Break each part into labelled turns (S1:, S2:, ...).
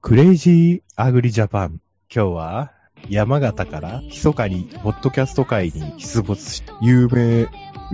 S1: クレイジーアグリジャパン。今日は山形から密かにポッドキャスト界に出没し、有名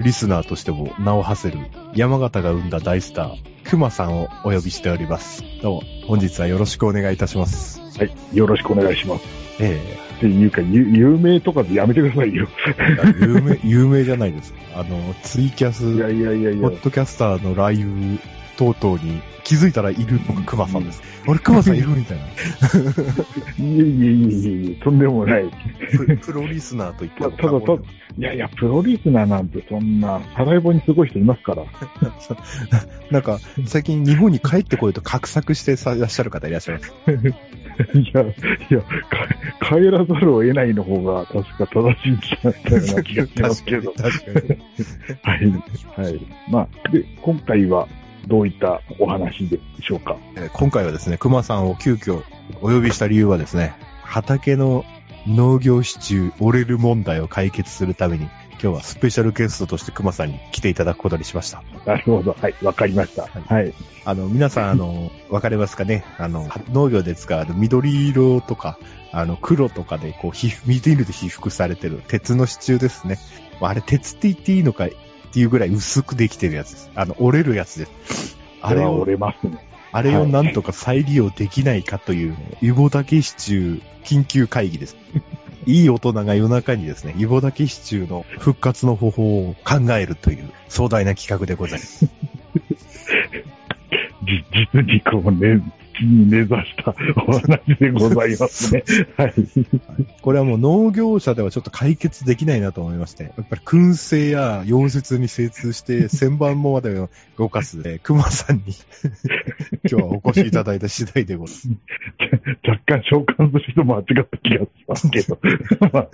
S1: リスナーとしても名を馳せる山形が生んだ大スター、熊さんをお呼びしております。どうも、本日はよろしくお願いいたします。
S2: はい。よろしくお願いします。
S1: え
S2: っていうか、ゆ有名とかでやめてくださいよ。
S1: え有 名、有名じゃないです。あの、ツイキャ
S2: いや
S1: ス、
S2: いやいやい
S1: ポ
S2: や。
S1: ッドキャスターのライブ、等々に気づいたらいるのが熊さんです。俺熊さんいるみ たいな。
S2: いやいやいやいやとんでもない。い
S1: ププロリスナーと言っても過言ではない
S2: やいや、プロリスナーなんてそんな、サライボにすごい人いますから。
S1: なんか、最近日本に帰ってこいと画策してさいらっしゃる方いらっしゃいます。
S2: いや、いや、か帰らざるを得ないの方が確か正しいんじゃないかな気がしますけど。
S1: 確かに。確かに
S2: はい。はい。まあ、で、今回はどういったお話でしょうか。
S1: えー今回はですね、熊さんを急遽お呼びした理由はですね、畑の農業支柱折れる問題を解決するために、今日はスペシャルゲストとして熊さんに来ていただくことにしました。
S2: なるほど。はい。わかりました。
S1: い
S2: はい。
S1: あの、皆さん、あの、わかりますかねあの、農業で使うあの緑色とか、あの、黒とかで、こう、ひ、緑で被覆されてる鉄の支柱ですね。まああれ、鉄って言っていいのかっていうぐらい薄くできてるやつです。あの、折れるやつです。あ
S2: あれ
S1: れ
S2: は
S1: を
S2: 折、れますね。
S1: あれをなんとか再利用できないかという、湯ぼだけ支柱緊急会議です。 いい大人が夜中にですね、湯ぼだけ支柱の復活の方法を考えるという壮大な企画でございます。
S2: じ実にこうね、地に根ざしたお話でございますね。はい。
S1: これはもう農業者ではちょっと解決できないなと思いまして、やっぱり燻製や溶接に精通 して、千番もまでを動かす、えー熊さんに、今日はお越しいただいた次第でございます。
S2: 若干召喚する人も間違った気がしますけど、まあ、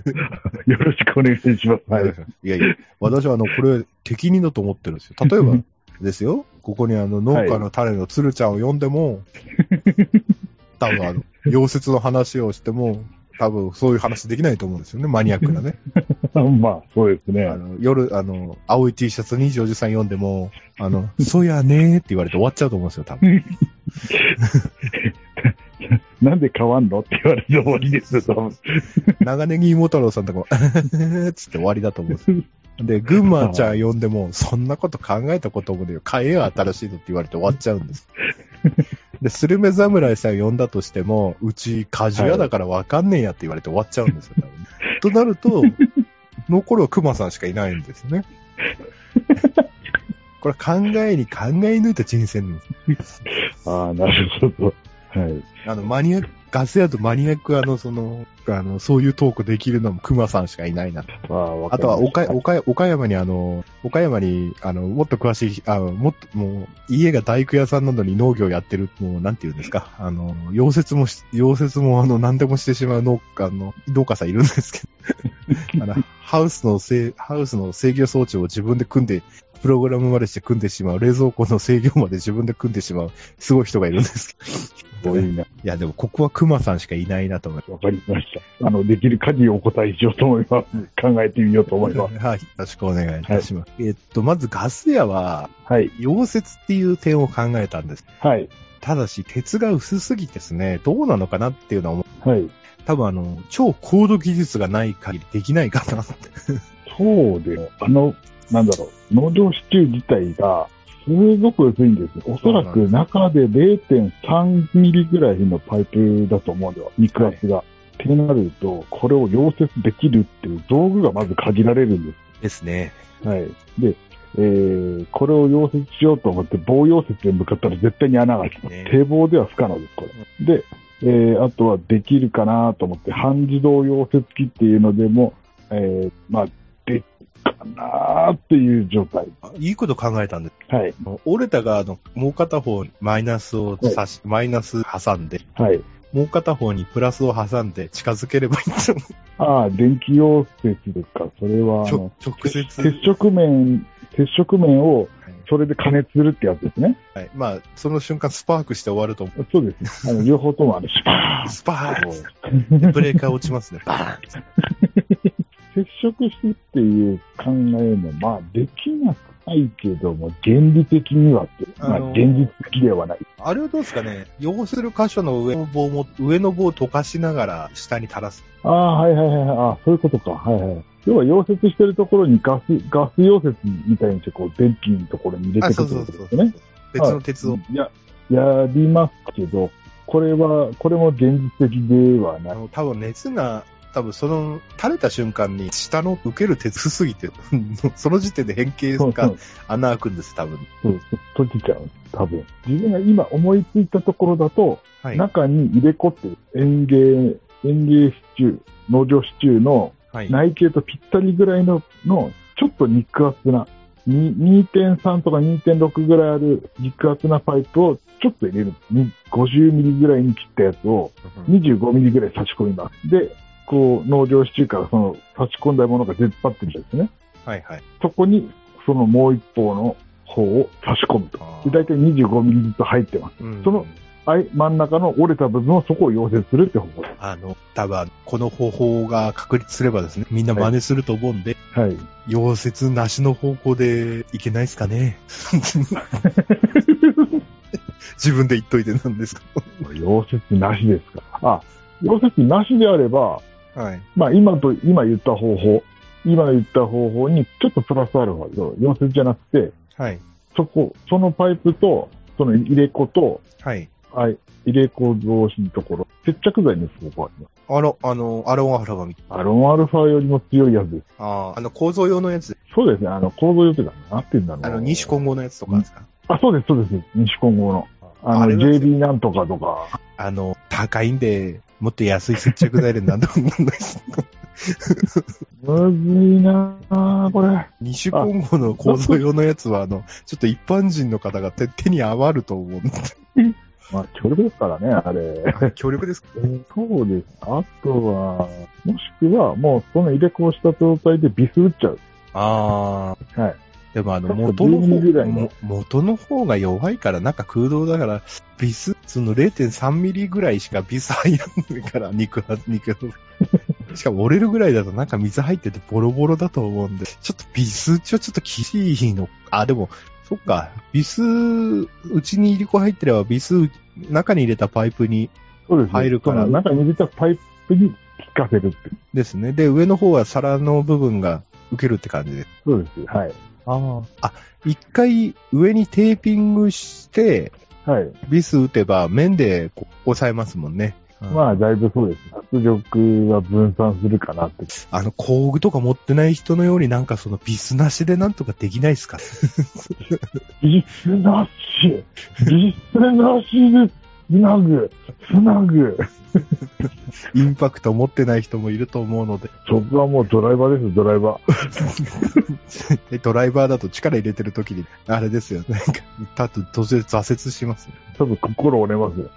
S2: よろしくお願いします。はい。
S1: いやいや、私はあの、これ適任だと思ってるんですよ。例えばですよ、ここにあの、農家の種の鶴ちゃんを呼んで も、多分あの、溶接の話をしても、多分そういう話できないと思うんですよね、マニアックなね。
S2: まあ、そうですね
S1: あ。の、夜、あの、青い T シャツ24時さん読んでも、あの、そうやねーって言われて終わっちゃうと思うんですよ、多分。
S2: なんで変わんのって言われて終わりですよ、多分。
S1: 長ネギ芋太郎さんとかも、 つって終わりだと思うんですよ。で、群馬ちゃん読んでも、そんなこと考えたこともねえよ。買えよ、新しいのって言われて終わっちゃうんです。で、スルメ侍さん呼んだとしても、うち果樹屋だからわかんねえやって言われて終わっちゃうんですよ、多分。となると、残るは熊さんしかいないんですね。これ考えに考え抜いた人生なんです
S2: ああ、なるほど。はい。
S1: あの、マニアック、ガス屋とマニアックあの、その、あの、そういうトークできるのも熊さんしかいないな。
S2: まあ、 わか
S1: あ
S2: り
S1: と
S2: ま
S1: は、
S2: した
S1: 岡、岡、岡山にあの、岡山に、あの、もっと詳しい、あの、もっと、もう、家が大工屋さんなのに農業やってる、もう、なんていうんですか、あの、溶接もし、溶接も、あの、何でもしてしまう農家の、農家さんいるんですけ ど、あの、ハウスの制、ハウスの制御装置を自分で組んで、プログラムまでして組んでしまう、冷蔵庫の制御まで自分で組んでしまう、すごい人がいるんですけ
S2: す
S1: ど
S2: ご。いな。
S1: いや、でもここは熊さんしかいないなと思い
S2: わかりました。あの、できる限りお答えしようと思います。考えてみようと思いま。
S1: ますす。はい。よろしくお願いいたします。えっと、まずガス屋は、
S2: はい。
S1: 溶接っていう点を考えたんです。
S2: はい。
S1: ただし、鉄が薄すぎてですね、どうなのかなっていうのは思う、
S2: はい。
S1: 多分あの、超高度技術がない限りできないかなって。
S2: そうです。あの、なんだろう、農業支柱自体が、すごく薄いんですよ。おそらく中で0.3ミリぐらいのパイプだと思うんだよ、肉厚が。ってなると、これを溶接できるっていう道具がまず限られるんで
S1: ですね。
S2: す。はい。で、えー、これを溶接しようと思って棒溶接で向かったら絶対に穴が開きます。
S1: ね
S2: 堤防では不可能です、これ。で、えー、あとはできるかなと思って、半自動溶接機っていうのでも、えー、まあ、でっかなっていう状態。
S1: あいいこと考えたんです。
S2: はい、
S1: 折れた側の、もう片方にマイナスを差し、マイナス挟んで、
S2: はい。
S1: もう片方にプラスを挟んで近づければいいと思う。
S2: ああ、電気溶接ですか。それは、あ
S1: 直
S2: の、
S1: 接。
S2: 接触面、接触面を
S1: はい
S2: それで加熱するってやつですね。
S1: はい。まあ、その瞬間スパークして終わると思う。
S2: そうです。あの、両方ともあの、シュパーン
S1: スパーンでブレーカー落ちますね。バーン
S2: 接触してっていう考えも、まあ、できなくないけども、原理的にはって、ま
S1: あ
S2: あ
S1: のー、
S2: 現実的ではない。
S1: あれはどうですかね要する箇所の上の棒も、上の棒を溶かしながら下に垂らす。
S2: ああ、はいはいはいはい。ああ、そういうことか。はいはい。要は溶接してるところにガス、ガス溶接みたいにして、こう、電気のところに入れ
S1: あ、
S2: てく
S1: そ
S2: る
S1: う
S2: って
S1: そ
S2: こ
S1: う
S2: と
S1: そうそう、
S2: ですね。
S1: 別の鉄を、
S2: いや、やりますけど、これは、これも現実的ではな
S1: あ
S2: い。
S1: の、多分熱が、多分その、垂れた瞬間に下の受ける鉄すすぎて、その時 点で変形
S2: そうそ
S1: が
S2: う
S1: 穴開くんです、多分。
S2: そうそう閉じちゃう。多分。自分が今思いついたところだと、
S1: はい。
S2: 中に入れ込ってる園芸、園芸支柱、農業支柱の
S1: はい。
S2: 内径とぴったりぐらいの、のちょっと肉厚な、に2.3とか2.6ぐらいある肉厚なパイプをちょっと入れる。に50ミリぐらいに切ったやつを
S1: うん
S2: 25ミリぐらい差し込みます。で、こう農業支柱からその差し込んだものが出っ張ってるんですね。
S1: はいはい。
S2: そこにそのもう一方の方を差し込むと。
S1: あ
S2: で
S1: ー
S2: 大体25ミリずつ入ってます。
S1: うん
S2: そのあい真ん中の折れた部分をそこを溶接するって方法で
S1: あの、多分、この方法が確立すればですね、みんな真似すると思うんで、
S2: す。はい。
S1: 溶接なしの方向でいけないですかね。 自分で言っといてなんですけ
S2: 溶接なしですか。あ、溶接なしであれば、
S1: ど。はい。
S2: まあ今と、今言った方法、今言った方法にちょっとプラスアルファ、溶接じゃなくて、
S1: はい。
S2: そこ、そのパイプと、その入れ子と、
S1: はい。
S2: はい、入れ子同士のところ、接着剤にすごくあります。
S1: あの、あの、アロンアフラが見
S2: アロンアルファよりも強いやつです。
S1: ああ、あの、構造用のやつ、
S2: そうですね、あの、構造予定だな。って言うんだろう。
S1: あの、二種混合のやつとかですか。
S2: あ、そうです、そうです。西混合の。あの、
S1: れなんですよ
S2: JB なんとかとか。
S1: あの、高いんで、もっと安い接着剤でなんとかなんない です。
S2: むずいなぁ、これ。
S1: 二種混合の構造用のやつは、あの、ちょっと一般人の方が手手に余ると思うん で。
S2: まあ、強力ですからね、あれ。
S1: 強力ですか
S2: そうです。あとは、もしくは、もうその入れ子をした状態でビス打っちゃう。
S1: ああ。
S2: はい。
S1: でもあの、
S2: 確か
S1: 元の
S2: 12ぐら
S1: 方、
S2: いの
S1: も元の方が弱いから、なんか空洞だから、ビス、その0.3ミリぐらいしかビス入らないから、肉は、肉は。 しかも折れるぐらいだとなんか水入っててボロボロだと思うんで、ちょっとビス打ちはちょっと厳しいの。あ、でも、そっか、ビス、うちに入り子入ってれば、ビス、中に入れたパイプに
S2: そうです、ね。
S1: 入るから
S2: その中に入れたパイプに効かせるって。
S1: ですね。で、上の方は皿の部分が受けるって感じです。
S2: そうです。はい。
S1: ああ。あ、一回上にテーピングして、
S2: はい。
S1: ビス打てば面でこう押さえますもんね。
S2: まあ、だいぶそうです。圧力は分散するかなって。
S1: あの、工具とか持ってない人のようになんかそのビスなしでなんとかできないですか
S2: ビスなしビスなしでつなぐつなぐ
S1: インパクト持ってない人もいると思うので。
S2: そこはもうドライバーです、ドライバー。
S1: でドライバーだと力入れてる時に、あれですよ。 なんか、たと突然挫折しますね。
S2: ちょっと心折れます。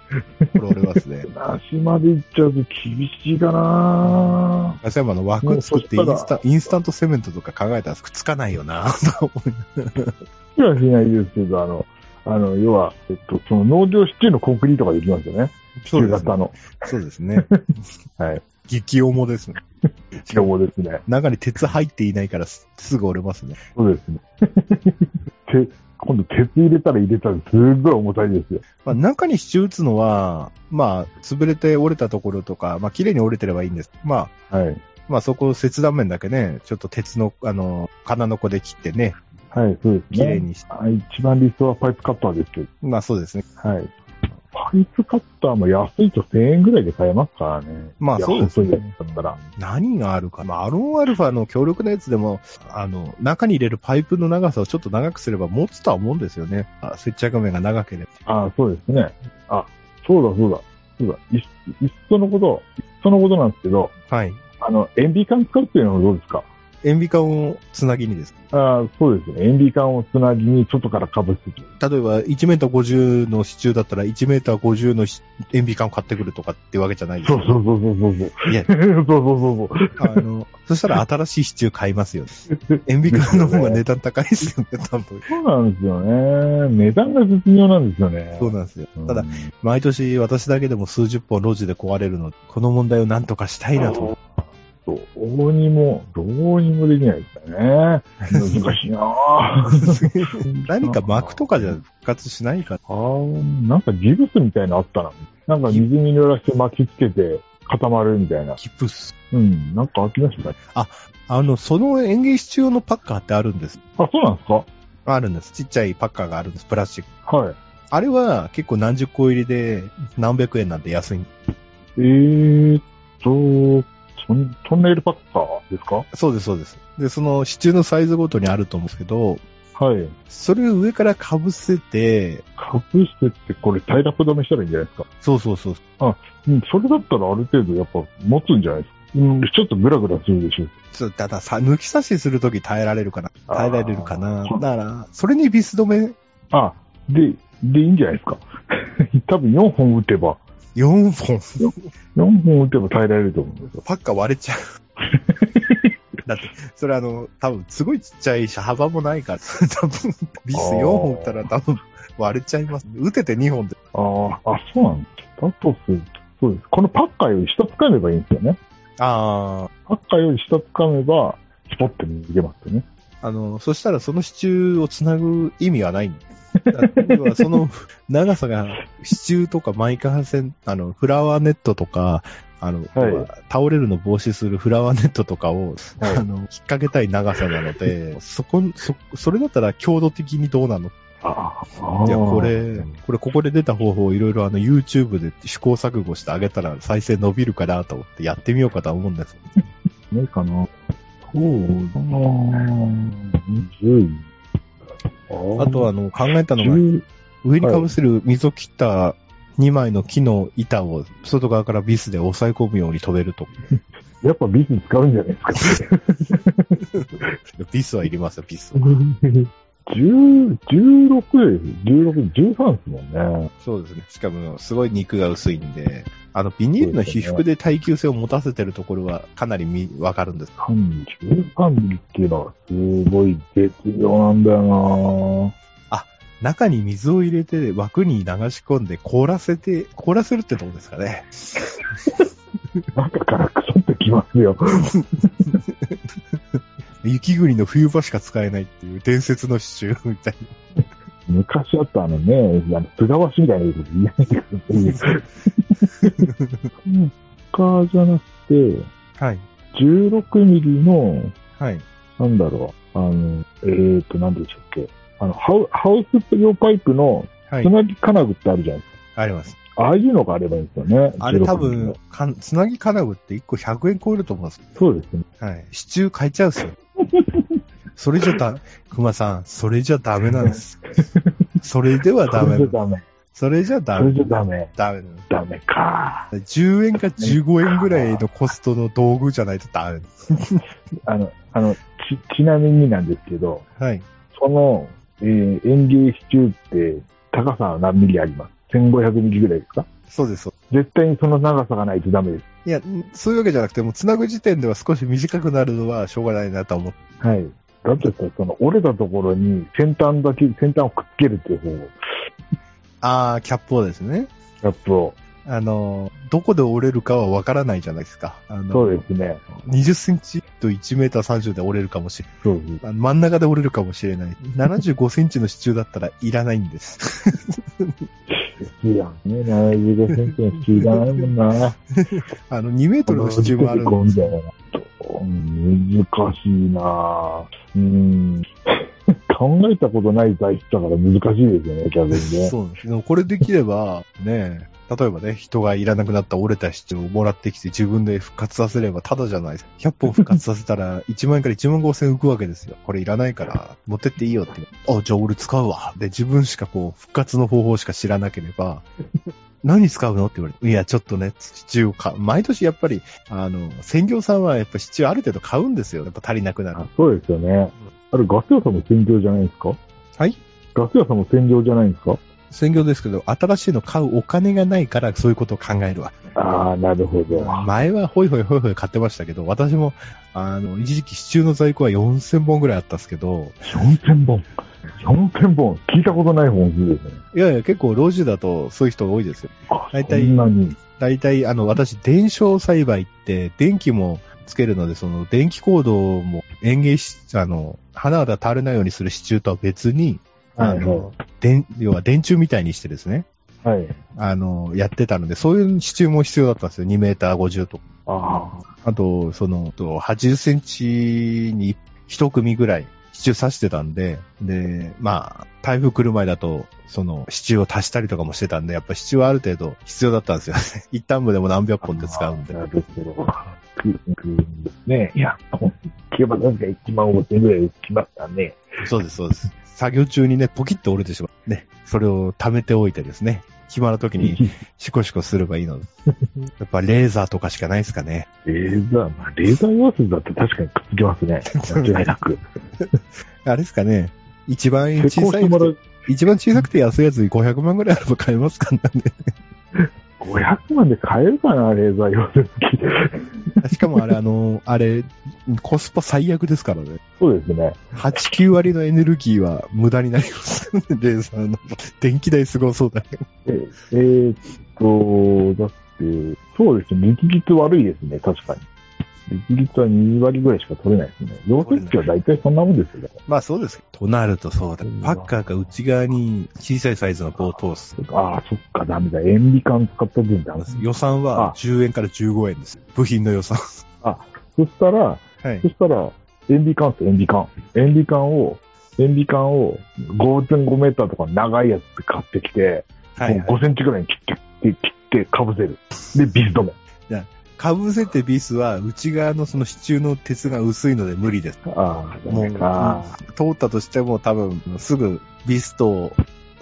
S1: 心折れますね。
S2: なしまで行っちゃうと厳しいかな
S1: あそういえばあの枠作ってイ
S2: もうそ
S1: ン
S2: し
S1: ス
S2: た
S1: タ
S2: ら
S1: インスタントセメントとか考えたらくっつかないよな、と思い
S2: いやしないですけど、あの、あの、要は、えっと、その農業支柱のコンクリートができますよね。
S1: そうですね
S2: 旧型。の。
S1: そうですね。
S2: はい。
S1: 激重ですね。
S2: しかもですね。
S1: 中に鉄入っていないからすすぐ折れますね。
S2: そうですね。 て今度鉄入れたら入れたらすっごい重たいですよ。
S1: まあ、中に支柱打つのは、まあ、潰れて折れたところとか、まあ、綺麗に折れてればいいんです。ま
S2: はい。
S1: あ、まあ、そこを切断面だけね、ちょっと鉄の、あの、金の子で切ってね、
S2: はい、そうです
S1: 綺麗
S2: ね。
S1: にし、
S2: はい一番理想はパイプカッターですけど。
S1: まあ、そうですね。
S2: はい。パイプカッターも安いと1000円ぐらいで買えますからね。
S1: まあ
S2: いや
S1: そうですね
S2: 細いやつだったら。
S1: 何があるか。まあ、アロンアルファの強力なやつでも、あの、中に入れるパイプの長さをちょっと長くすれば持つとは思うんですよね。あ接着面が長ければ。
S2: ああ、そうですね。あ、そうだそうだ。そうだ。いいっそのこと、いっそのことなんですけど、
S1: はい。
S2: あの、塩ビ管使うっていうのはどうですか
S1: 塩ビ管をつなぎにです。
S2: ああ、そうですね。塩ビ管をつなぎに外からかぶせて。
S1: 例えば、1メーター50の支柱だったら、1メーター50のし塩ビ管を買ってくるとかってわけじゃないです
S2: そう。そうそうそうそう そう。
S1: いや、
S2: そうそうそうそう。
S1: あの、そしたら新しい支柱買いますよ、 ね。塩ビ管の方が値段高いですよね、多分。
S2: そうなんですよね。値段が絶妙なんですよね。
S1: そうなんですよ。
S2: うん
S1: ただ、毎年私だけでも数十本路地で壊れるので、この問題を何とかしたいなと。
S2: どうにも、どうにもできないです よね。難しいなぁ。
S1: 何か幕とかじゃ復活しないか。
S2: あーなんかギブスみたいなのあったな。なんか水に濡らして巻きつけて固まるみたいな。
S1: キプス。
S2: うん、なんか飽きましたね。
S1: あの、その園芸室用のパッカーってあるんです。
S2: あ、そうなんですか
S1: あるんです。ちっちゃいパッカーがあるんです。プラスチック。
S2: はい。
S1: あれは結構何十個入りで何百円なんで安い。
S2: えーっと、トントンネルパッカーですか
S1: そうです、そうです。で、その支柱のサイズごとにあると思うんですけど、
S2: はい。
S1: それを上から被せて、
S2: かぶしてってこれタイラップ止めしたらいいんじゃないですか。
S1: そうそうそう。
S2: うん、それだったらある程度やっぱ持つんじゃないですか。うん、ちょっとグラグラするでしょう。
S1: ちょたださ、抜き差しするとき耐えられるかな。
S2: あー
S1: 耐えられるかな
S2: そ。う
S1: だから、それにビス止め
S2: あ、で、でいいんじゃないですか。 多分4本打てば、
S1: 4本、
S2: 4本打てば耐えられると思うんですよ。
S1: パッカー割れ ちゃう。だって、それあの、多分すごいちっちゃいし、幅もないから、 多分ビス4本打ったら多分割れちゃいます。打てて2本で。
S2: ああ、あ、そうなんです。だとすると、そうです。このパッカーより下掴めばいいんですよね。
S1: あ
S2: パッカーより下掴めば、スポッて逃げますよね。
S1: あ、あの、そしたらその支柱をつなぐ意味はないんだ。要はそ の長さが支柱とかマイカー線、あの、フラワーネットとか、あの、
S2: はい
S1: 要は倒れるの防止するフラワーネットとかを、
S2: はい
S1: あの、引っ掛けたい長さなので、そこ、そ、それだったら強度的にどうなの
S2: ああ、
S1: いや、これ、これ、ここで出た方法をいろいろあの、YouTube で試行錯誤してあげたら再生伸びるかなと思ってやってみようかとは思うんです。
S2: ねえかな。そうだな10位。
S1: あとは、あの、考えたのが、
S2: 10
S1: 上に被せる溝切った2枚の木の板を外側からビスで押さえ込むように飛べると。
S2: やっぱビス使うんじゃないですか。
S1: ビスはいりますよ、ビス。
S2: 10 16です。16、13ですもんね。
S1: そうですね。しかも、すごい肉が薄いんで、あの、ビニールの被覆で耐久性を持たせてるところはかなりみわかるんです。
S2: 30、3っていうのはすごい絶妙なんだよ
S1: 中に水を入れて枠に流し込んで凍らせて、凍らせるってどうですかね。
S2: な中からクソってきますよ。
S1: 雪国の冬場しか使えないっていう伝説の支柱みたい
S2: 昔あったあのね、あの、菅橋みたいなや つですね。うんカーじゃなくて、
S1: な。はい。
S2: 16ミリの、
S1: はい。
S2: なんだろう、あの、えーと、なんでしたっけ、あの、ハウハウス用パイプの
S1: は
S2: つ
S1: い。
S2: なぎ金具ってあるじゃないです
S1: あります。
S2: か。ああいうのがあればいいんですよね。
S1: あれ多
S2: 16ミリ
S1: 分
S2: の。、
S1: かんつなぎ金具って1個100円超えると思うんです。
S2: そうですね。
S1: はい。支柱変えちゃうっ すよ。それじゃだ、熊さん、それじゃダメなんです。それではダ
S2: それ
S1: メ
S2: じ。ゃダメ。
S1: それじゃダ
S2: それ
S1: メ。
S2: じゃダメ。
S1: ダメ。
S2: ダメか。
S1: 10円か15円ぐらいのコストの道具じゃないとダメ。
S2: あの、あの、ち、ちなみになんですけど、
S1: はい。
S2: その、えー、遠流支柱って高さは何ミリあります ?1500 ミリぐらいですか
S1: そうです。
S2: 絶対にその長さがないとダメです。
S1: いや、んそういうわけじゃなくて、もう繋ぐ時点では少し短くなるのはしょうがないなと思って。
S2: はい。だってさ、その折れたところに先端だけ、先端をくっつけるっていう方法、
S1: あー、キャップをですね。
S2: キャップを。
S1: あの、どこで折れるかはわからないじゃないですか。あの、
S2: そうですね。
S1: 20センチと1メーター30で折れるかもしれ
S2: そうです。
S1: ない。真ん中で折れるかもしれない。75センチの支柱だったらいらないんです。
S2: いや、ね、75センチの中がないもんな。
S1: あの、2メートルの支柱もある
S2: この
S1: ん
S2: 時
S1: で
S2: 期みたいなうん難しいなうん。 考えたことない材質だから難しいですよね、逆に
S1: す。
S2: ね。
S1: そうなんです。でもこれできれば、ね、例えばね、人がいらなくなった折れた支柱をもらってきて自分で復活させればただじゃないです。100本復活させたら1万円から1万5千浮くわけですよ。これいらないから持ってっていいよって。あ、じゃあ俺使うわ。で、自分しかこう、復活の方法しか知らなけれ ば、何使うのって言われて。いや、ちょっとね、支柱を買う。毎年やっぱり、あの、専業さんはやっぱ支柱ある程度買うんですよ。やっぱ足りなくなる
S2: あ。そうですよね。あれ、ガス屋さんも専業じゃないですか
S1: はい
S2: ガス屋さんも専業じゃないんですか
S1: 専業ですけど、新しいの買うお金がないからそういうことを考えるわ。
S2: ああ、なるほど。
S1: 前はホイホイホイホイ買ってましたけど、私も、あの、一時期支柱の在庫は4000本ぐらいあったんですけど、
S2: 4000本。4000本。聞いたことない本数ですね。
S1: いやいや、結構老中だとそういう人が多いですよ。
S2: あ
S1: 大体
S2: そんなに。
S1: 大体、あの、私、伝承栽培って、電気もつけるので、その電気コードも園芸し、あの、花が垂れないようにする支柱とは別に、あ
S2: はい
S1: の、電、要は電柱みたいにしてですね、
S2: はい。
S1: あの、やってたので、そういう支柱も必要だったんですよ。2メーター50とか。
S2: あ
S1: あと、その、と80センチに1組ぐらい支柱刺してたんで、で、まあ、台風来る前だと、その支柱を足したりとかもしてたんで、やっぱ支柱はある程度必要だったんですよね。 一旦部でも何百
S2: あ。
S1: 本って使うんで。
S2: なるほど。く、く、ねいや、競馬なんか1万5千ぐらい打ちましたね。
S1: そうです、そうです。作業中にね、ポキッと折れてしまう。ね。それを溜めておいてですね。暇な時 にシコシコすればいいので。やっぱレーザーとかしかないですかね。
S2: レーザー、まあ、レーザー用水だって確かにくっつきますね。間違いなく。
S1: あれですかね。一番
S2: 施工
S1: 小
S2: し
S1: さ
S2: て
S1: い
S2: もらう
S1: 一番小さくて安いやつに500万ぐらいあれば買えますからね。
S2: 500万で買えるかな、レーザー用水機。
S1: しかもあれ、あの、あれ、コスパ最悪ですからね。
S2: そうですね。
S1: 8、9割のエネルギーは無駄になります、ね。レーザーの。電気代すごそうだけど。
S2: ええーっと、だって、そうですね、力率悪いですね、確かに。力率は2割ぐらいしか取れないですね。溶接機は大体そんなもんですよ。だか
S1: まあそうです。となるとそうだ。パッカーが内側に小さいサイズの棒を通す。
S2: らああ、そっか、ダメだ。塩ビ管使った分ダメだ。
S1: 予算は
S2: あ
S1: 10円から15円です。部品の予算。
S2: そしたら、
S1: はい
S2: そ。したら、塩ビ管です、塩ビ管。塩ビ管を、塩ビ管を5.5メーターとか長いやつ買ってきて、
S1: はい、
S2: もう5センチぐらいに切って、切って、かぶせる。で、ビス止め。
S1: かぶせてビスは内側のその支柱の鉄が薄いので無理です。
S2: ああ、ダ
S1: もう
S2: メか。
S1: 通ったとしても多分すぐビスト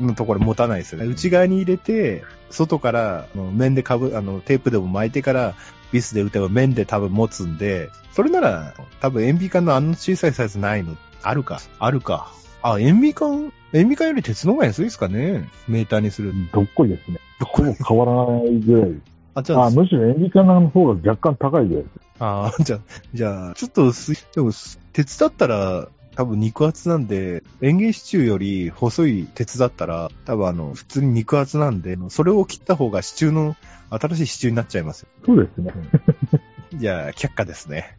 S1: のところ持たないですよね。内側に入れて、外からあの面でかぶ、あのテープでも巻いてからビスで打てば面で多分持つんで、それなら多分塩ビ管のあの小さいサイズないの、あるか、あるか。あ、塩ビ管塩ビ管より鉄の方が安いですかねメーターにする。
S2: どっこいですね。ほぼ変わらないぐらいです。
S1: あ、じゃあ
S2: あ、むしろエンビカナの方が若干高いぐらいです。
S1: ああ、じゃあ、じゃあ、ちょっと薄い。でも、す鉄だったら、多分肉厚なんで、園芸支柱より細い鉄だったら、多分あの、普通に肉厚なんで、それを切った方が支柱の、新しい支柱になっちゃいますよ。
S2: そうですね。
S1: じゃあ、却下ですね。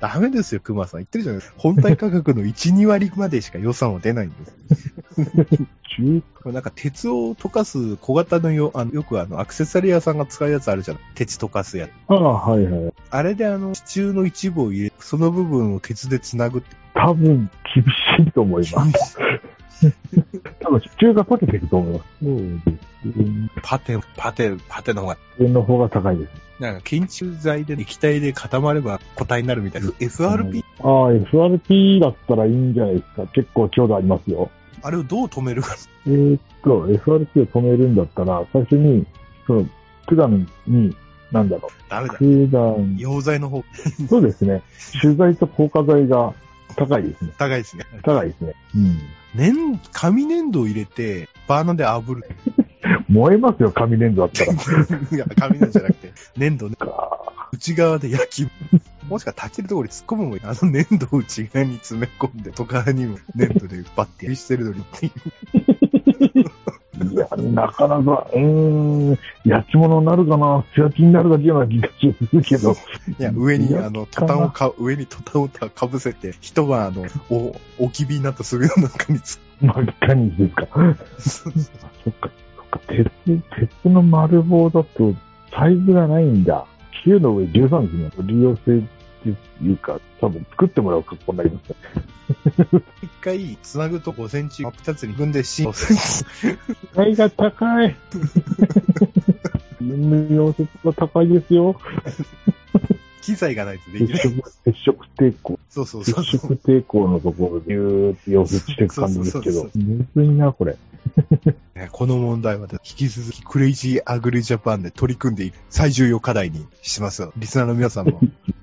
S1: ダメですよ、熊さん。言ってるじゃないですか。本体価格の1、2割までしか予算は出ないんです。
S2: 中
S1: なんか鉄を溶かす小型のよ、あのよくあの、アクセサリー屋さんが使うやつあるじゃない鉄溶かすやつ。
S2: ああ、はいはい。
S1: あれであの、支柱の一部を入れ、その部分を鉄で繋ぐって。
S2: 多分厳しいと思います。 多分中が避けていくと思います。そうですね。
S1: パテ、パテ、パテの方が、
S2: 円の方が高いです。
S1: なんか緊急剤で液体で固まれば固体になるみたいな。FRP?
S2: ああ、FRP だったらいいんじゃないですか。結構強度ありますよ。
S1: あれをどう止めるか。
S2: えーっと、FRP を止めるんだったら、最初に、その、九段に、なんだろ
S1: ダメ
S2: う、
S1: だ。
S2: 九段、
S1: 溶剤の方、
S2: そうですね。取材と硬化剤が高いですね。
S1: 高いですね。
S2: 高いですね。うん。
S1: 粘、紙粘土を入れて、バーナーで炙 る。
S2: 燃えますよ、紙粘土だったら。
S1: いや、紙粘土じゃなくて、粘土ね。
S2: か
S1: 内側で焼 き。もしか炊けるところに突っ込むもんあの粘土を内側に詰め込んで、とかにも粘土でバッてしてるのにっていう。
S2: いや、なかなか、うーん、焼き物になるかな、素焼きになるだけような気がするけど、
S1: いや、上に、
S2: やっ
S1: あの、トタ
S2: かな
S1: ンをか、上にトタンをかかぶせて、一晩、あの、お、置き火になったすぐの中に突っ
S2: 真っ赤にですか。
S1: 込
S2: そっか、そっか、鉄、鉄の丸棒だと、サイズがないんだ。9の上13ですね。取り寄せっていうか、多分作ってもらう格好になりますね。
S1: 一回、繋ぐと5センチ、真っ二つに踏んで、シン。そ
S2: 値が高 い。溶接が高いですよ。
S1: 機材がないとで
S2: 接
S1: き ない。
S2: 触、接触抵抗。
S1: そうそう
S2: 接
S1: そうそう。
S2: 触抵抗のところで、ぎゅーって溶接していく感じですけ
S1: そうそ
S2: ど
S1: う。
S2: むずいな、これ。
S1: ねこの問題は、引き続き、クレイジーアグリジャパンで取り組んでいく最重要課題にしますよ。リスナーの皆さん も、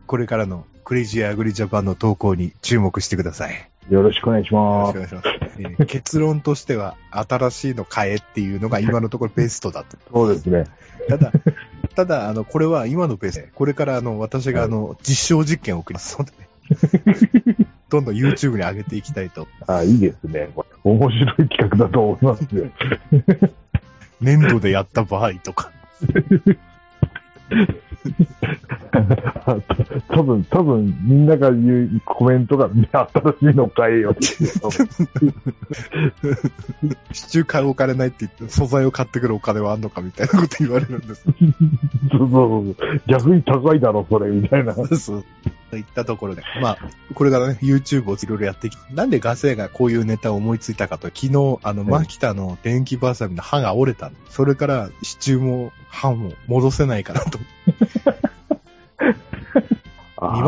S1: これからのクレイジーアグリジャパンの投稿に注目してください。
S2: よろしくお願いし
S1: よろしく
S2: ます。
S1: お願いします。えー結論としては、新しいの買えっていうのが今のところベストだと。
S2: そうですね。
S1: ただ、ただ、あの、これは今のベースで、これからあの、私があの、実証実験を送りますので、どんどん YouTube に上げていきたいと。
S2: あ、いいですね。これ面白い企画だと思いますよ。
S1: 粘土でやった場合とか。
S2: 多分、多分、みんなが言うコメントが、ね、新しいの買えよって言うと思う。
S1: シチュー買うお金ないって言って、素材を買ってくるお金はあんのかみたいなこと言われるんです。
S2: そうそうそう。逆に高いだろ、それ、みたいな。
S1: そう。といったところで。まあ、これからね、YouTube をいろいろやってきて、なんでガセがこういうネタを思いついたかと、昨日、あの、
S2: ん
S1: マキタの電気バーサミの歯が折れたの。それから、支柱も歯も戻せないかなと。見ました見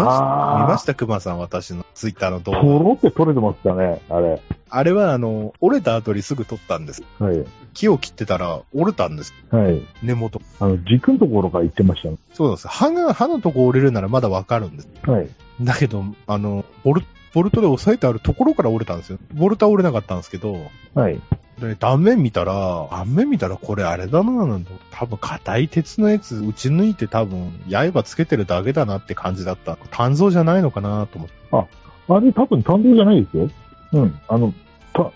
S1: ましたた熊さん、私のツイッターの動
S2: ポ
S1: 画。
S2: ロって取れてましたね、あれ。
S1: あれは、あの、折れた後にすぐ撮ったんです。
S2: はい。
S1: 木を切ってたら折れたんです。
S2: はい。
S1: 根元。
S2: あの、軸のところから言ってましたね。
S1: そうなんです。歯が、歯のとこ折れるならまだわかるんです。
S2: はい。
S1: だけど、あの、ボル、ボルトで押さえてあるところから折れたんですよ。ボルトは折れなかったんですけど、
S2: はい。
S1: で断面見たら、断面見たらこれあれだな、なんて多分硬い鉄のやつ打ち抜いて多分刃つけてるだけだなって感じだった。単造じゃないのかなと思って。
S2: あれ、多分担当じゃないですよ。うん。あの、た、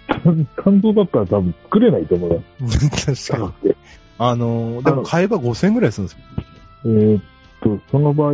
S2: 担当だったら多分作れないと思うよ。
S1: 確かに。 あの、でも買えば5000円ぐらいするんですよ。
S2: えーっと、その場合、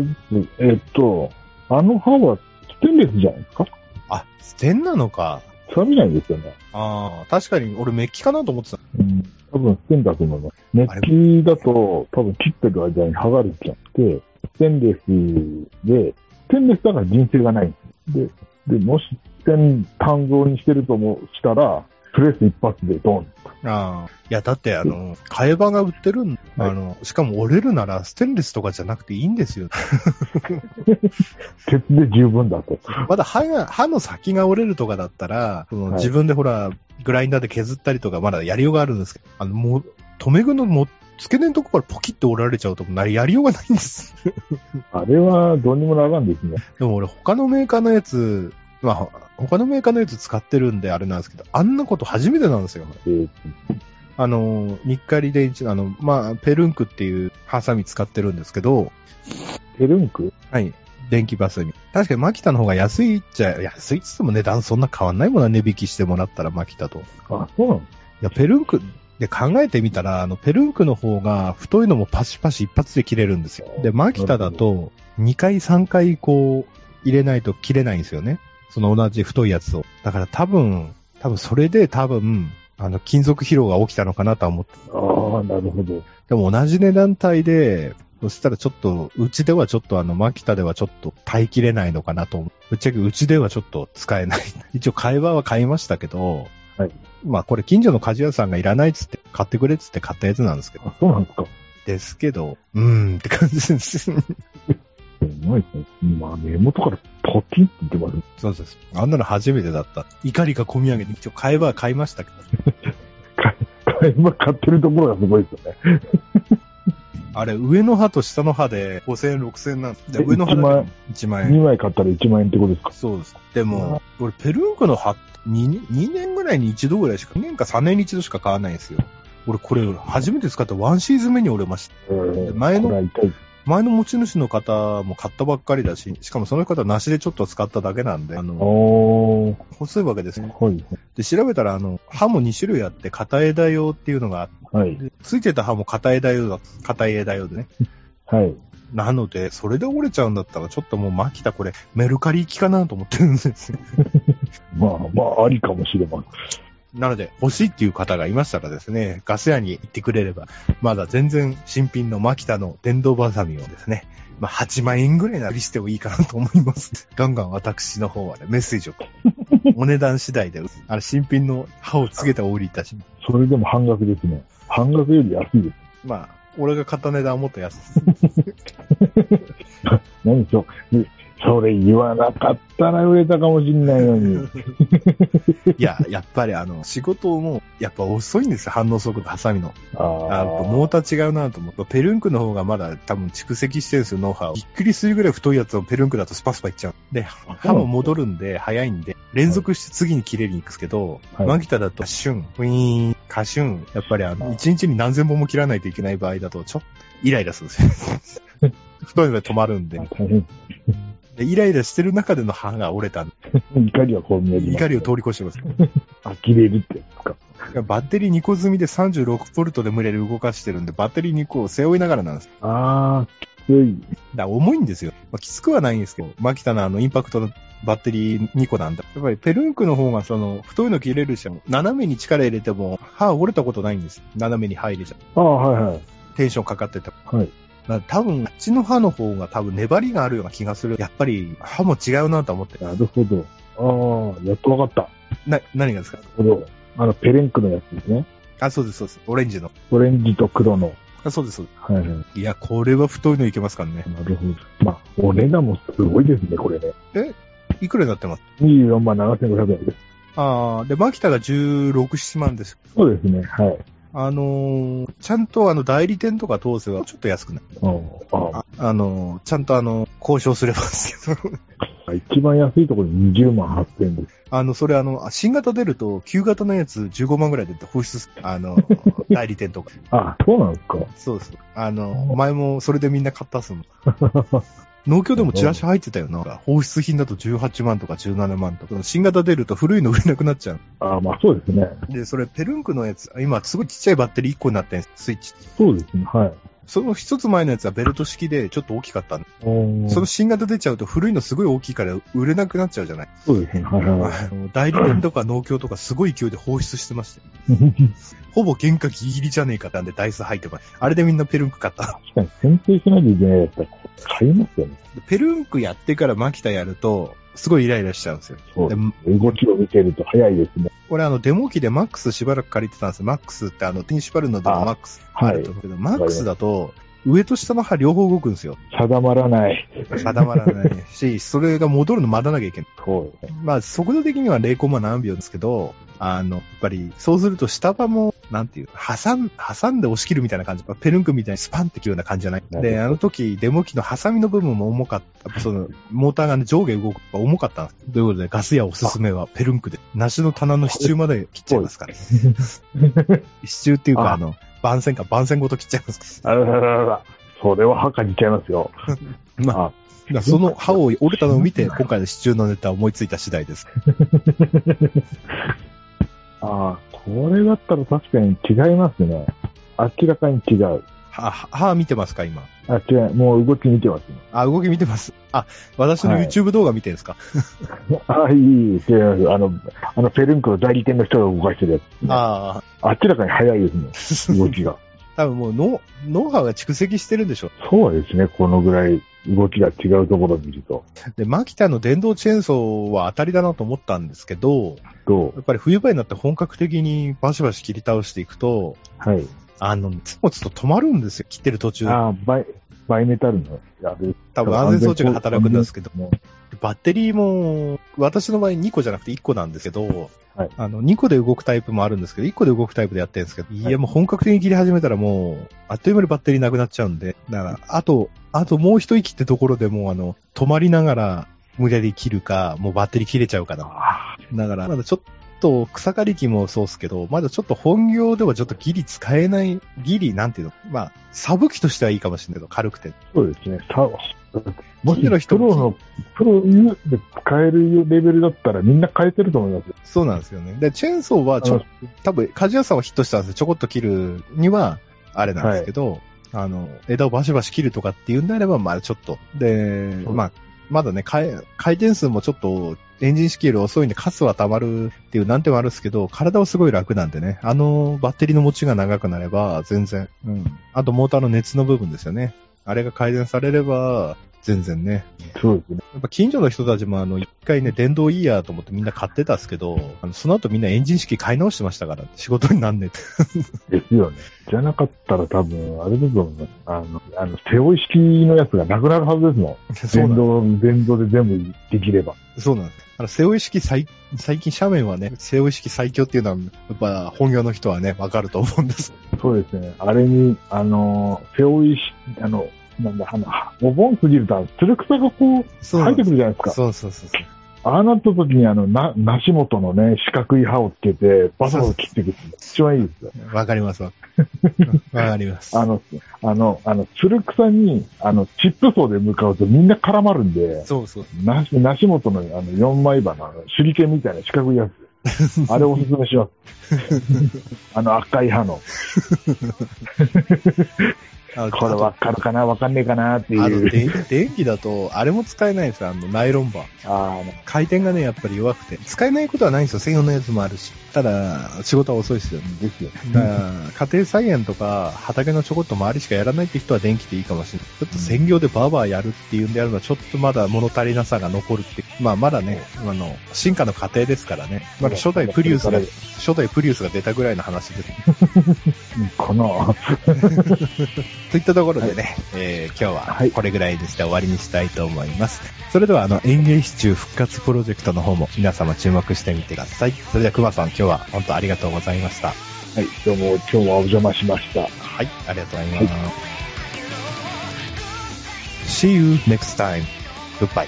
S2: えーっと、あの歯はステンレスじゃないですか
S1: あ、捨てんなのか。
S2: 錆びないんですよね。
S1: ああ、確かに俺メッキかなと思ってた。
S2: うん。多分ステンだと思います。メッキだと、多分切ってる間に剥がれちゃって、ステンレスで、ステンレスだから人性がないんですよ。で、で、もし、単造にしてるともしたら、プレス一発でドン。
S1: ああ。いや、だって、あの、替え刃が売ってるん、
S2: はい
S1: あの、しかも折れるならステンレスとかじゃなくていいんですよ。
S2: 鉄で十分だと。
S1: まだ歯が、歯の先が折れるとかだったら、その
S2: はい
S1: 自分でほら、グラインダーで削ったりとか、まだやりようがあるんですけど、あの、もう、留め具のもう、付け根のとこからポキッと折られちゃうと、なやりようがないんです。
S2: あれはどうにもならんですね。
S1: でも俺、他のメーカーのやつ、まあ、他のメーカーのやつ使ってるんであれなんですけど、あんなこと初めてなんですよ。
S2: えーっ
S1: あの、日課リで一、あの、まあ、ペルンクっていうハサミ使ってるんですけど、
S2: とペルンク
S1: はい。電気バスに。確かにマキタの方が安いっちゃ、安いっつっても値段そんな変わんないもんな、値引きしてもらったらマキタと。い
S2: あ、そうなんです
S1: や、ペルンク、で考えてみたら、あの、ペルンクの方が太いのもパシパシ一発で切れるんですよ。で、マキタだと、2回3回こう、入れないと切れないんですよね。その同じ太いやつを。だから多分、多分それで多分、あの、金属疲労が起きたのかなとは思って。
S2: ああ、なるほど。
S1: でも同じ値段帯で、そしたらちょっと、うちではちょっとあの、マキタではちょっと耐えきれないのかなと思う。ぶっちゃけうちではちょっと使えない。 一応買えばは買いましたけど、
S2: はい
S1: まあこれ近所の鍛冶屋さんがいらないっつって、買ってくれっつって買ったやつなんですけど。
S2: あ、そうなんですか。
S1: ですけど、うーんって感じです。
S2: すごいですね。まあ、根元からポキッて出ます。
S1: そうです。あんなの初めてだった。怒りが込み上げて、一応買えばは買いましたけど。
S2: 買い物買ってると ころがすごいですよね。
S1: あれ、上の歯と下の歯で5000円、6000円なんです。で上の歯
S2: 1
S1: だ
S2: 万、
S1: け1万円。
S2: 2枚買ったら1万円ってことですか。
S1: そうです。でも、俺、ペルンクの葉、2, 2年ぐらいに一度ぐらいしか、2年か3年に一度しか買わないんですよ。俺、これ、初めて使ったワンシーズン目に折れました。
S2: えー
S1: 前の
S2: これは痛い。
S1: 前の持ち主の方も買ったばっかりだし、しかもその方は梨でちょっと使っただけなんで、あの、
S2: おー、
S1: 細いわけですよ。
S2: はい。
S1: で、調べたら、あの、刃も2種類あって、片枝用っていうのがあっ
S2: はい。
S1: て、ついてた刃も片枝用だ、片枝用でね。
S2: はい。
S1: なので、それで折れちゃうんだったら、ちょっともう、マキタこれ、メルカリ行きかなと思ってるんですよ。
S2: まあまあ、ありかもしれません。
S1: なので、欲しいっていう方がいましたらですね、ガス屋に行ってくれれば、まだ全然新品のマキタの電動バサミをですね、まあ、8万円ぐらいなりしてもいいかなと思います。 ガンガン私の方はね、メッセージを。お値段次第で、あの、新品の歯をつけてお売りいたしま
S2: それでも半額ですね。半額より安いです。
S1: す。まあ、俺が買った値段はもっと安いです。
S2: 何でしょう。でそれ言わなかったら売れたかもしれないの に。
S1: いや、やっぱりあの、仕事も、やっぱ遅いんですよ、反応速度、ハサミの。
S2: あ
S1: あ
S2: ー
S1: モーター違うなと思って、ペルンクの方がまだ多分蓄積してるんですよ、ノウハウを。びっくりするぐらい太いやつをペルンクだとスパスパいっちゃう。で、歯も戻るんで、早いんで、連続して次に切れるんですけど、
S2: はい
S1: マキタだと、シュン、ウィーン、カシュン、やっぱりあ
S2: は
S1: の、
S2: い
S1: 一日に何千本も切らないといけない場合だと、ちょっとイライラするんですよ。 太いので止まるんで
S2: あ大変。
S1: でイライラしてる中での歯が折れたんで
S2: 怒りはこう見える。
S1: 怒りを通り越してます。
S2: 呆れるってやつか。
S1: やバッテリー2個積みで36ポルトで無理やり動かしてるんで、バッテリー2個を背負いながらなんです。
S2: あー、きつい。
S1: だから重いんですよ。まあ、きつくはないんですけど、マキタのあのインパクトのバッテリー2個なんだ。やっぱりペルンクの方がその太いの切れるし、斜めに力入れても歯折れたことないんです。斜めに入れちゃう。
S2: あー、はいはい。
S1: テンションかかってた。
S2: はい。
S1: だから多分、あっちの歯の方が多分粘りがあるような気がする。やっぱり歯も違うなと思って。
S2: なるほど。ああ、やっとわかった。
S1: な、何がですか
S2: なるほど。あの、ペレンクのやつですね。
S1: あ、そうです、そうです。オレンジの。
S2: オレンジと黒の。
S1: あ、そうです、そうで
S2: はいはい。な
S1: す。いや、これは太いのいけますからね。
S2: るほど。まあ、お値段もすごいですね、これね。
S1: いくらになってます
S2: 24万7500円です。
S1: ああ、で、マキタが16、7万です。
S2: そうですね、はい。
S1: あのーちゃんとあの代理店とか通せばちょっと安くなる。
S2: うんあ
S1: ああのーちゃんとあの、交渉すればですけど。
S2: あ一番安いところ20万8000円です。
S1: あの、それあの、新型出ると、旧型のやつ15万ぐらいで放出すあの、代理店とか。
S2: あそうなんですか。
S1: そうです。あの、前もそれでみんな買ったっすもん。農協でもチラシ入ってたよな。放出品だと18万とか17万とか。新型出ると古いの売れなくなっちゃう。
S2: ああまあそうですね。
S1: で、それペルンクのやつ、今すごいちっちゃいバッテリー1個になってんすスイッチ。
S2: そうですね、はい。
S1: その一つ前のやつはベルト式でちょっと大きかったんで
S2: お
S1: その
S2: ー
S1: 新型出ちゃうと古いのすごい大きいから売れなくなっちゃうじゃない。
S2: そうですね、はいはいはい。
S1: あの代理店とか農協とかすごい勢いで放出してましたよ。
S2: 確
S1: ほぼ原価ギリギリじゃねえかってんでダイス入ってます。あれでみんなペルンク買った。
S2: かに選定しないといけないやったら買いますよね。
S1: でペルンクやってからマキタやると、すごいイライラしちゃうんですよ。
S2: そう
S1: で
S2: ですね。動きを見てると早いですね。
S1: 俺あのデモ機でマックスしばらく借りてたんですよ。マックスってあの手に縛るのでも
S2: あ
S1: マックスあ
S2: はい
S1: ると思うけど、マックスだと、上と下の歯両方動くんですよ。
S2: 定まらない。
S1: 定まらないし、それが戻るの待たなきゃいけない。
S2: そうですね。
S1: まあ、速度的には0コマ何秒ですけど、あの、やっぱり、そうすると下場も、なんていう、挟ん、挟んで押し切るみたいな感じ。ペルンクみたいにスパンって切るような感じじゃない。
S2: なるほ
S1: で、
S2: ど
S1: あの時、デモ機のハサミの部分も重かった。その、モーターが、ね、上下動くから重かったんです。ということで、ガス屋おすすめはペルンクで、梨の棚の支柱まで切っちゃいます から。支柱っていうか、
S2: あ
S1: あの、番線か、番線ごと切っちゃいます。
S2: あらららら。それは歯かじちゃいますよ。
S1: まあ、だ
S2: あ
S1: からその歯を折れたのを見て、今回の支柱のネタを思いついた次第です。
S2: ああ、これだったら確かに違いますね。明らかに違う。
S1: は、歯見てますか、今。
S2: あ、違う。もう動き見てますね。
S1: あ、動き見てます。あ、私の
S2: はい
S1: YouTube 動画見てるんですか、
S2: ああ、いい、いい違います。あの、あの、ペルンクの代理店の人が動かしてるやつ、ね。
S1: あ
S2: 明らかに早いですね。動きが。
S1: あ、多分もう脳、脳波が蓄積してるんでしょ。
S2: そうですね。このぐらい動きが違うところを見ると。
S1: で、マキタの電動チェーンソーは当たりだなと思ったんですけど、
S2: どう
S1: やっぱり冬場になって本格的にバシバシ切り倒していくと、
S2: はい。
S1: あの、つもつと止まるんですよ。切ってる途中。
S2: ああ、バイ、バイメタルの、あれ、
S1: 多分安全装置が働くんですけど、
S2: ね。
S1: バッテリーも、私の場合2個じゃなくて1個なんですけど、
S2: はい
S1: あの、2個で動くタイプもあるんですけど、1個で動くタイプでやってるんですけど、い、
S2: はい
S1: や、もう本格的に切り始めたらもう、あっという間にバッテリーなくなっちゃうんで、だから、あと、あともう一息ってところでもう、あの、止まりながら、無理やり切るか、もうバッテリー切れちゃうかな。
S2: あ
S1: だから、まだちょっと、草刈り機もそうっすけど、まだちょっと本業ではちょっとギリ使えない、ギリ、なんていうの、まあ、サブ機としてはいいかもしれないけど、軽くて。
S2: あ、そうですね。さもし
S1: 次の人
S2: プロの、プロで使えるレベルだったらみんな変えてると思いますよ。
S1: そうなんですよね。で、チェーンソーはちょ、多分、鍛冶屋さんはヒットしたんですよ。ちょこっと切るには、あれなんですけど、あの、枝をバシバシ切るとかっていうんであれば、まあちょっと。で、
S2: そう
S1: まあ、まだね、回回転数もちょっと、エンジン式より遅いんで、カスは溜まるっていう難点はあるんですけど、体はすごい楽なんでね、あの、バッテリーの持ちが長くなれば、全然。うん。あと、モーターの熱の部分ですよね。あれが改善されれば、全然ね。
S2: そうですね。
S1: やっぱ近所の人たちもあの、一回ね、電動いいやと思ってみんな買ってたんですけど、あのその後みんなエンジン式買い直してましたから、仕事になんねえって。
S2: ですよね。じゃなかったら多分、あれだと思います。あの、あの、背負い式のやつがなくなるはずですもん。
S1: そうな
S2: 電
S1: んで
S2: 動、電動で全部できれば。
S1: す。そうなんです。あの、背負い式最、最近斜面はね、背負い式最強っていうのは、やっぱ本業の人はね、わかると思うんです。
S2: そうですね。あれに、あの、背負いし、あの、なんだ、あの、お盆過ぎると、あのつる草がこう、
S1: そうな
S2: 入
S1: ん
S2: っ
S1: で
S2: てく
S1: す。
S2: るじゃないですか。
S1: そうそうそうそう。
S2: ああなった時に、あの、な、梨本のね、四角い刃をつけて、バサバサ切っていく。一番いいですよ。
S1: わかり ますわ。わかります。
S2: あの、あの、あの、つる草に、あの、チップ層で向かうとみんな絡まるんで、
S1: そうそう。
S2: 梨、梨本のあの、4枚刃の、あの手裏剣みたいな四角いやつ。あれおすすめします。 あの赤い歯の。
S1: あ
S2: これわかるかなわかんねえかなって
S1: あの、
S2: いう。
S1: で 電気だと、あれも使えないんですよ、あの、ナイロンバー。
S2: あー
S1: 回転がね、やっぱり弱くて。使えないことはないんですよ、専用のやつもあるし。ただ、仕事は遅いですよね。
S2: ですよ。
S1: だから、家庭菜園とか、畑のちょこっと周りしかやらないって人は電気でいいかもしれない。ちょっと専業でバーバーやるっていうんであるのは、ちょっとまだ物足りなさが残るって。まあ、まだね、あの、進化の過程ですからね。まだ初代プリウスが、初代プリウスが出たぐらいの話です。
S2: この、
S1: といったところでね、えー今日
S2: は
S1: はいこれぐらいでして終わりにしたいと思います。それではあの演芸支柱復活プロジェクトの方も皆様注目してみてください。それでは熊さん今日は本当ありがとうございました。
S2: はい、どうも、今日はお邪魔しました。
S1: はい、ありがとうございます。See you next time. Goodbye.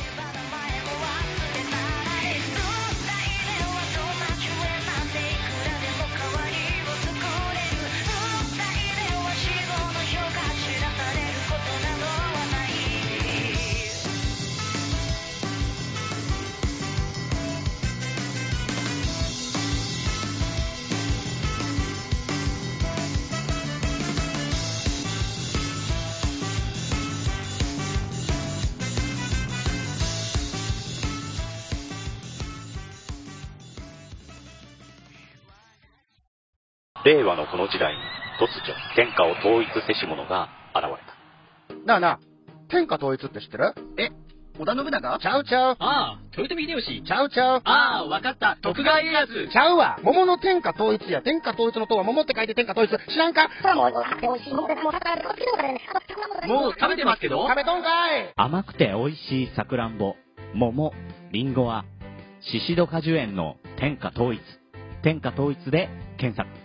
S3: 「令和のこの時代に突如天下を統一せし者が現れた
S4: なあなあ、天下統一って知ってる
S5: え、織田信長
S4: ちゃうちゃう、
S5: ああ、豊臣秀吉。
S4: ちゃうちゃう、
S5: ああ、わかった。徳川家康。
S4: ちゃうわ桃の天下統一や、天下統一の塔は桃って書いて天下統一、知らんか
S5: もう食べてますけど。
S4: 食べとんかい
S6: 甘くて美味しいさくらんぼ、桃、りんごは、シシド果樹園の天下統一。天下統一で検索。